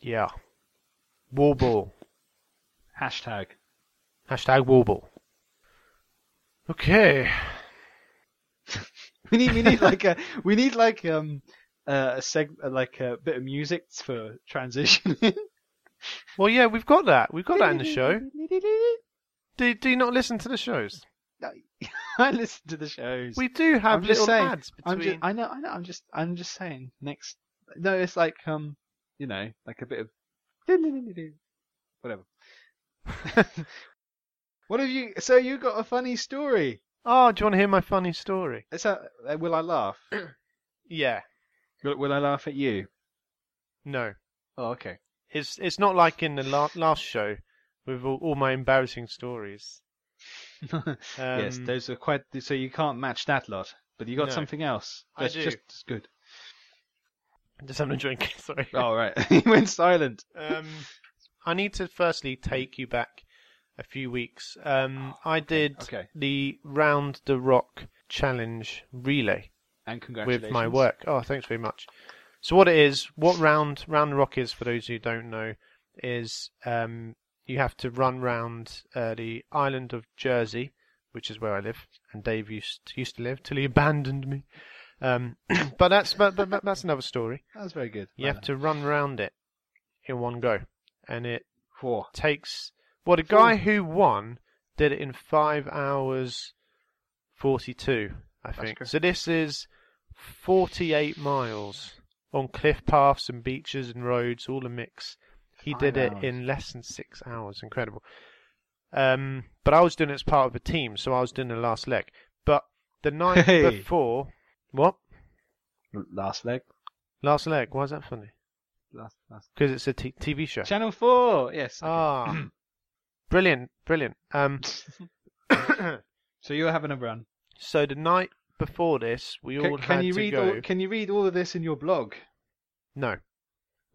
Speaker 4: Yeah, wall ball.
Speaker 3: Hashtag.
Speaker 4: Hashtag wall ball. Okay.
Speaker 3: We need we need like a we need like um uh, a seg like a bit of music for transition.
Speaker 4: Well, yeah, we've got that. We've got that in the show. Do, do you not listen to the shows?
Speaker 3: I listen to the shows.
Speaker 4: We do
Speaker 3: I'm
Speaker 4: have little
Speaker 3: just saying.
Speaker 4: ads
Speaker 3: I'm
Speaker 4: between.
Speaker 3: just, I know. I know. I'm just. I'm just saying. Next. No, it's like um, you know, like a bit of whatever. what have you? So you got a funny story?
Speaker 4: Oh, do you want to hear my funny story?
Speaker 3: Is that? uh, Will I laugh?
Speaker 4: Yeah.
Speaker 3: Will, will I laugh at you?
Speaker 4: No.
Speaker 3: Oh, okay.
Speaker 4: It's it's not like in the la- last show with all, all my embarrassing stories.
Speaker 3: yes,
Speaker 4: Um,
Speaker 3: those are quite. So you can't match that lot, but you got
Speaker 4: No.
Speaker 3: something else.
Speaker 4: I
Speaker 3: That's
Speaker 4: do.
Speaker 3: just as good.
Speaker 4: Just having a drink. Sorry.
Speaker 3: All right. he went silent.
Speaker 4: Um, I need to firstly take you back a few weeks. Um, I did
Speaker 3: Oh, Okay.
Speaker 4: the Round the Rock Challenge Relay
Speaker 3: And congratulations
Speaker 4: with my work. Oh, thanks very much. So what it is, what round round the rock is for those who don't know, is um, you have to run round uh, the island of Jersey, which is where I live, and Dave used used to live till he abandoned me. Um, but that's but, but, but that's another story.
Speaker 3: That was very good.
Speaker 4: You have to run round it in one go, and it
Speaker 3: Four.
Speaker 4: takes well the guy who won did it in five hours forty two i think
Speaker 3: correct.
Speaker 4: so this is 48 miles on cliff paths and beaches and roads all a mix he
Speaker 3: Five
Speaker 4: did it
Speaker 3: hours.
Speaker 4: in less than six hours incredible um but i was doing it as part of a team so i was doing the last leg but the night
Speaker 3: Hey.
Speaker 4: before what
Speaker 3: Last leg.
Speaker 4: last leg why is that funny
Speaker 3: Last. Last.
Speaker 4: because it's a t- tv show
Speaker 3: Channel four. Yes. okay.
Speaker 4: ah brilliant brilliant um
Speaker 3: So you're having a run.
Speaker 4: So the night before this, we
Speaker 3: Can,
Speaker 4: all
Speaker 3: can
Speaker 4: had
Speaker 3: you
Speaker 4: to
Speaker 3: read?
Speaker 4: go.
Speaker 3: All, can you read all of this in your blog?
Speaker 4: No,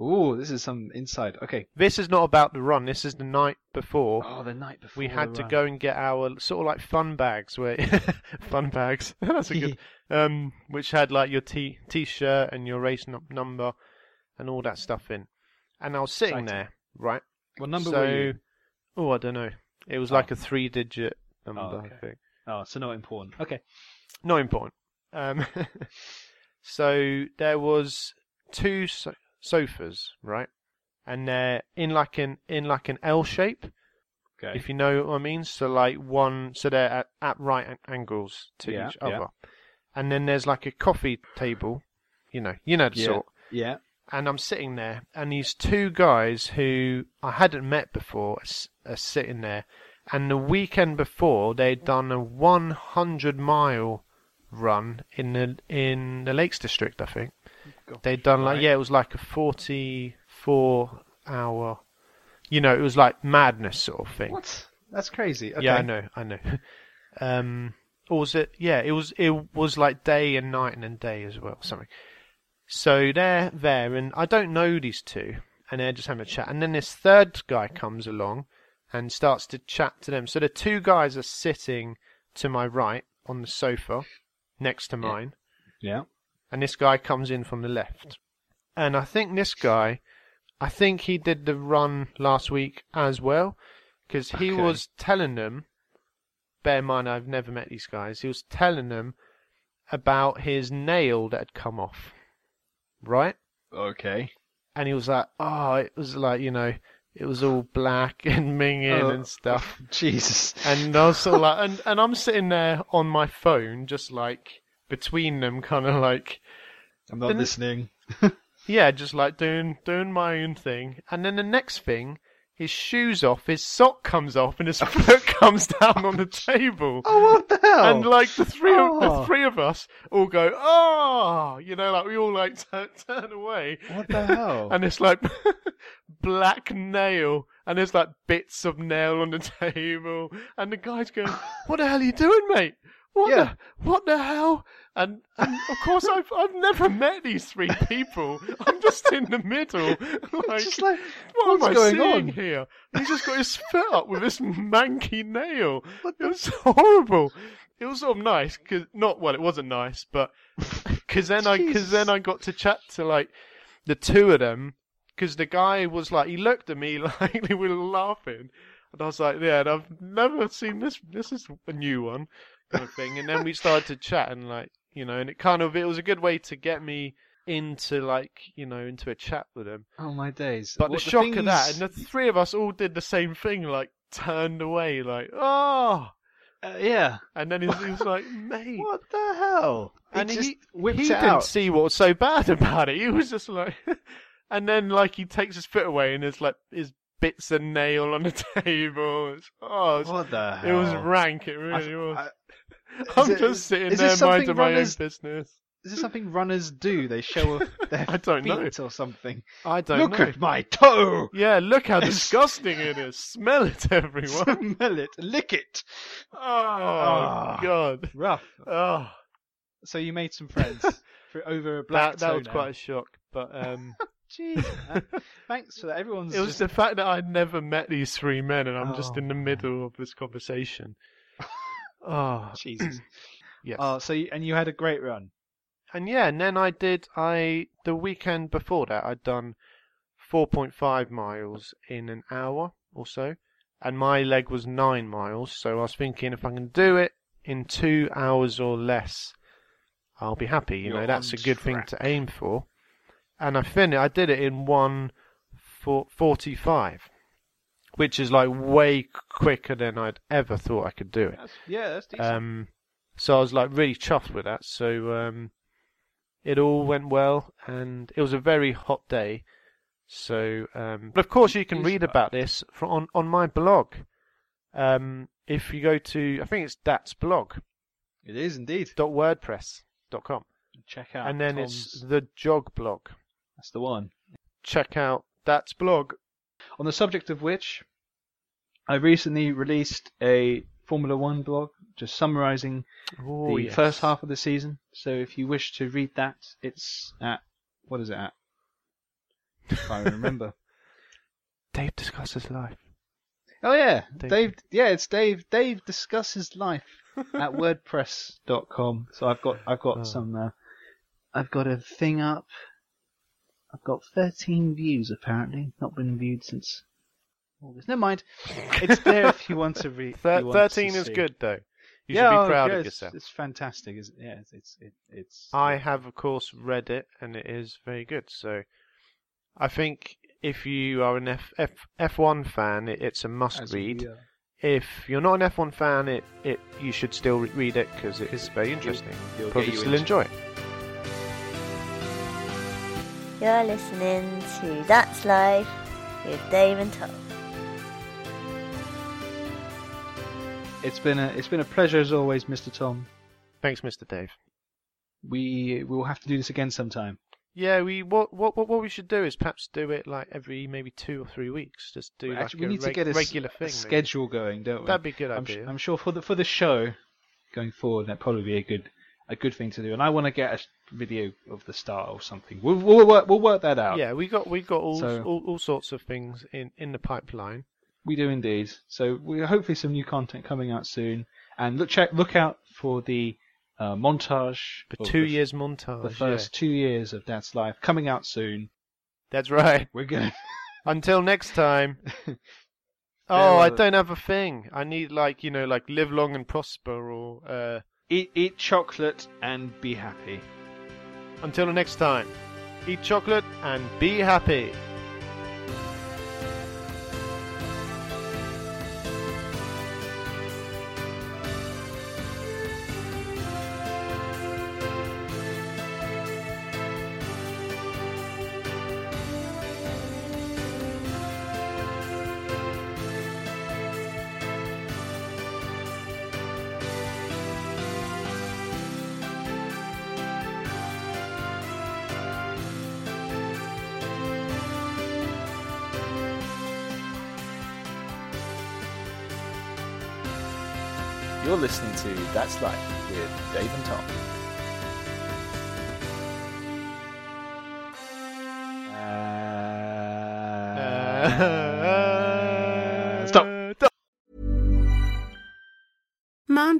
Speaker 3: Oh, this is some inside. Okay.
Speaker 4: this is not about the run. This is the night before.
Speaker 3: Oh, the night before.
Speaker 4: we
Speaker 3: the
Speaker 4: had to
Speaker 3: run.
Speaker 4: go and get our sort of like fun bags, where fun bags. That's a good. um, which had like your t t-shirt and your race num- number, and all that stuff in. And I was sitting
Speaker 3: Exciting.
Speaker 4: there, right?
Speaker 3: What number
Speaker 4: so,
Speaker 3: were you?
Speaker 4: oh, I don't know. It was
Speaker 3: Oh.
Speaker 4: like a three-digit number,
Speaker 3: okay.
Speaker 4: I think.
Speaker 3: Oh, so not important. Okay.
Speaker 4: not important. Um, so there was two so- sofas, right, and they're in like an in like an L shape,
Speaker 3: Okay.
Speaker 4: if you know what I mean. So like one, so they're at, at right an- angles to
Speaker 3: Yeah,
Speaker 4: each
Speaker 3: yeah.
Speaker 4: other, and then there's like a coffee table, you know, you know the
Speaker 3: yeah.
Speaker 4: sort.
Speaker 3: Yeah.
Speaker 4: And I'm sitting there, and these two guys who I hadn't met before are s- are sitting there, and the weekend before they'd done a 100 mile run in the in the Lakes District, I think. They'd done like
Speaker 3: Right.
Speaker 4: yeah, it was like a 44 hour, you know, it was like madness sort of thing.
Speaker 3: What? That's crazy. Okay.
Speaker 4: Yeah, I know, I know. Um, or was it? Yeah, it was. It was like day and night, and then day as well, something. So they're there, and I don't know these two, and they're just having a chat. And then this third guy comes along and starts to chat to them. So the two guys are sitting to my right on the sofa next to mine,
Speaker 3: Yeah.
Speaker 4: and this guy comes in from the left. And I think this guy, I think he did the run last week as well, because he
Speaker 3: Okay.
Speaker 4: was telling them. Bear in mind, I've never met these guys. He was telling them about his nail that had come off, right?
Speaker 3: Okay.
Speaker 4: And he was like, "Oh, it was like you know, it was all black and minging
Speaker 3: Oh.
Speaker 4: and stuff."
Speaker 3: Jesus.
Speaker 4: And I was sort of like, and, and I'm sitting there on my phone, just like between them, kind of like,
Speaker 3: I'm not
Speaker 4: Didn't-
Speaker 3: listening.
Speaker 4: Yeah, just like doing doing my own thing. And then the next thing, his shoes off, his sock comes off, and his foot comes down on the table.
Speaker 3: Oh, what the hell?
Speaker 4: And like the three of
Speaker 3: Oh.
Speaker 4: the three of us all go, oh, you know, like we all like t- turn away.
Speaker 3: What the hell?
Speaker 4: and it's like black nail, and there's like bits of nail on the table, and the guy's going, "What the hell are you doing, mate? What
Speaker 3: Yeah.
Speaker 4: the what the hell?" And, and of course, I've I've never met these three people. I'm just in the middle, like,
Speaker 3: just like,
Speaker 4: what
Speaker 3: what's
Speaker 4: am I
Speaker 3: going
Speaker 4: seeing
Speaker 3: on?
Speaker 4: here? He's just got his foot up with this manky nail.
Speaker 3: What
Speaker 4: It was horrible. It was sort of nice, cause not well, it wasn't nice, but because then I because then
Speaker 3: Jesus.
Speaker 4: I got to chat to like the two of them, because the guy was like he looked at me like they were laughing, and I was like, yeah, and I've never seen this. This is a new one kind of thing. And then we started to chat and like you know, and it kind of it was a good way to get me into like you know into a chat with them.
Speaker 3: oh my days!
Speaker 4: But
Speaker 3: What,
Speaker 4: the shock of that,
Speaker 3: things-
Speaker 4: and the three of us all did the same thing, like turned away, like oh,
Speaker 3: uh, yeah.
Speaker 4: and then he was, he was like, mate,
Speaker 3: What the hell?
Speaker 4: and
Speaker 3: he just whipped
Speaker 4: he
Speaker 3: it
Speaker 4: didn't
Speaker 3: out.
Speaker 4: see what was so bad about it. He was just like, and then like he takes his foot away, and there's like his bits of nail on the table. It's, oh, it's,
Speaker 3: what the hell?
Speaker 4: it was rank. It
Speaker 3: I-
Speaker 4: really was.
Speaker 3: I-
Speaker 4: I, am
Speaker 3: is it-
Speaker 4: just sitting
Speaker 3: is
Speaker 4: there
Speaker 3: this
Speaker 4: minding
Speaker 3: something
Speaker 4: my
Speaker 3: runners-
Speaker 4: own business.
Speaker 3: Is this something runners do? They show off their
Speaker 4: I don't know.
Speaker 3: feet or something.
Speaker 4: I don't
Speaker 3: Look
Speaker 4: know.
Speaker 3: at my toe.
Speaker 4: Yeah, look how
Speaker 3: It's-
Speaker 4: disgusting it is. Smell it, everyone.
Speaker 3: Smell it. Lick it.
Speaker 4: Oh,
Speaker 3: Ah.
Speaker 4: God.
Speaker 3: Rough.
Speaker 4: Oh.
Speaker 3: So you made some friends for over a black
Speaker 4: that, that was
Speaker 3: toenail.
Speaker 4: quite a shock. But um,
Speaker 3: Jeez, man. thanks for that. Everyone's
Speaker 4: it was
Speaker 3: just-
Speaker 4: the fact that I'd never met these three men, and I'm just
Speaker 3: Oh,
Speaker 4: in the middle of this conversation. oh,
Speaker 3: Jesus.
Speaker 4: yes.
Speaker 3: Oh, so you, and you had a great run.
Speaker 4: and yeah, and then I did. I the weekend before that, I'd done 4.5 miles in an hour or so, and my leg was nine miles. So I was thinking, if I can do it in two hours or less, I'll be happy. You
Speaker 3: You're
Speaker 4: know, that's a
Speaker 3: on
Speaker 4: good thing to aim for. And I fin I did it in one for 45, which is like way quicker than I'd ever thought I could do it.
Speaker 3: That's, yeah, that's decent.
Speaker 4: Um, so I was like really chuffed with that. So um, it all went well, and it was a very hot day. So, um, but of course, you can
Speaker 3: Is-
Speaker 4: read about this fro- on on my blog. Um, if you go to, I think it's that's blog
Speaker 3: it is indeed.
Speaker 4: dot wordpress dot com,
Speaker 3: Check out.
Speaker 4: and then it's
Speaker 3: Tom's-
Speaker 4: the jog blog.
Speaker 3: that's the one.
Speaker 4: Check out that's blog.
Speaker 3: On the subject of which, I recently released a Formula One blog just summarising
Speaker 4: Oh,
Speaker 3: the
Speaker 4: yes.
Speaker 3: first half of the season. So if you wish to read that, it's at what is it at? If I remember.
Speaker 4: Dave discusses life.
Speaker 3: Oh yeah,
Speaker 4: Dave.
Speaker 3: Dave. Yeah, it's Dave. Dave discusses life at WordPress.com. So I've got I've got
Speaker 4: Oh.
Speaker 3: some. Uh, I've got a thing up. I've got 13 views apparently. Not been viewed since August. Never mind. It's there if you want to read.
Speaker 4: Thir- Thirteen is good though. You should
Speaker 3: yeah,
Speaker 4: be proud of
Speaker 3: it's,
Speaker 4: yourself.
Speaker 3: It's fantastic. Isn't it? Yeah, it's it's it, it's. uh,
Speaker 4: I have, of course, read it, and it is very good. So, I think if you are an F, F, F1 fan, it, it's a must
Speaker 3: as we uh,
Speaker 4: read.
Speaker 3: are.
Speaker 4: If you're not an F1 fan, it, it you should still re- read it because it is very interesting.
Speaker 3: it'll
Speaker 4: You'll
Speaker 3: get
Speaker 4: probably
Speaker 3: you
Speaker 4: still
Speaker 3: into
Speaker 4: enjoy it.
Speaker 7: You're listening to That's Life with Dave and Tom.
Speaker 3: It's been a it's been a pleasure as always, Mr. Tom.
Speaker 4: Thanks, Mr. Dave.
Speaker 3: We we will have to do this again sometime.
Speaker 4: Yeah, we what what what what we should do is perhaps do it like every maybe two or three weeks. Just do like
Speaker 3: Actually, we
Speaker 4: a
Speaker 3: need to
Speaker 4: reg-
Speaker 3: get a, s-
Speaker 4: regular
Speaker 3: a
Speaker 4: thing. maybe.
Speaker 3: schedule going, don't we?
Speaker 4: That'd be a good
Speaker 3: I'm, su-
Speaker 4: idea.
Speaker 3: I'm sure for the for the show going forward, that'd probably be a good a good thing to do. And I want to get a video of the start or something. We'll we'll work we'll work that out.
Speaker 4: Yeah, we got we got all,
Speaker 3: So-
Speaker 4: all all sorts of things in in the pipeline.
Speaker 3: we do indeed. So we hopefully some new content coming out soon. And look check look out for the uh, montage
Speaker 4: The
Speaker 3: of Oh,
Speaker 4: two
Speaker 3: the,
Speaker 4: years montage.
Speaker 3: the
Speaker 4: yeah.
Speaker 3: first two years of Dad's life coming out soon.
Speaker 4: That's right.
Speaker 3: We're gonna
Speaker 4: Until next time. oh, I
Speaker 3: Farewell.
Speaker 4: don't have a thing. I need like you know, like live long and prosper, or uh,
Speaker 3: eat eat chocolate and be happy.
Speaker 4: until the next time. Eat chocolate and be happy.
Speaker 8: You're listening to That's Life with Dave and Tom.
Speaker 3: Uh, stop.
Speaker 9: Mom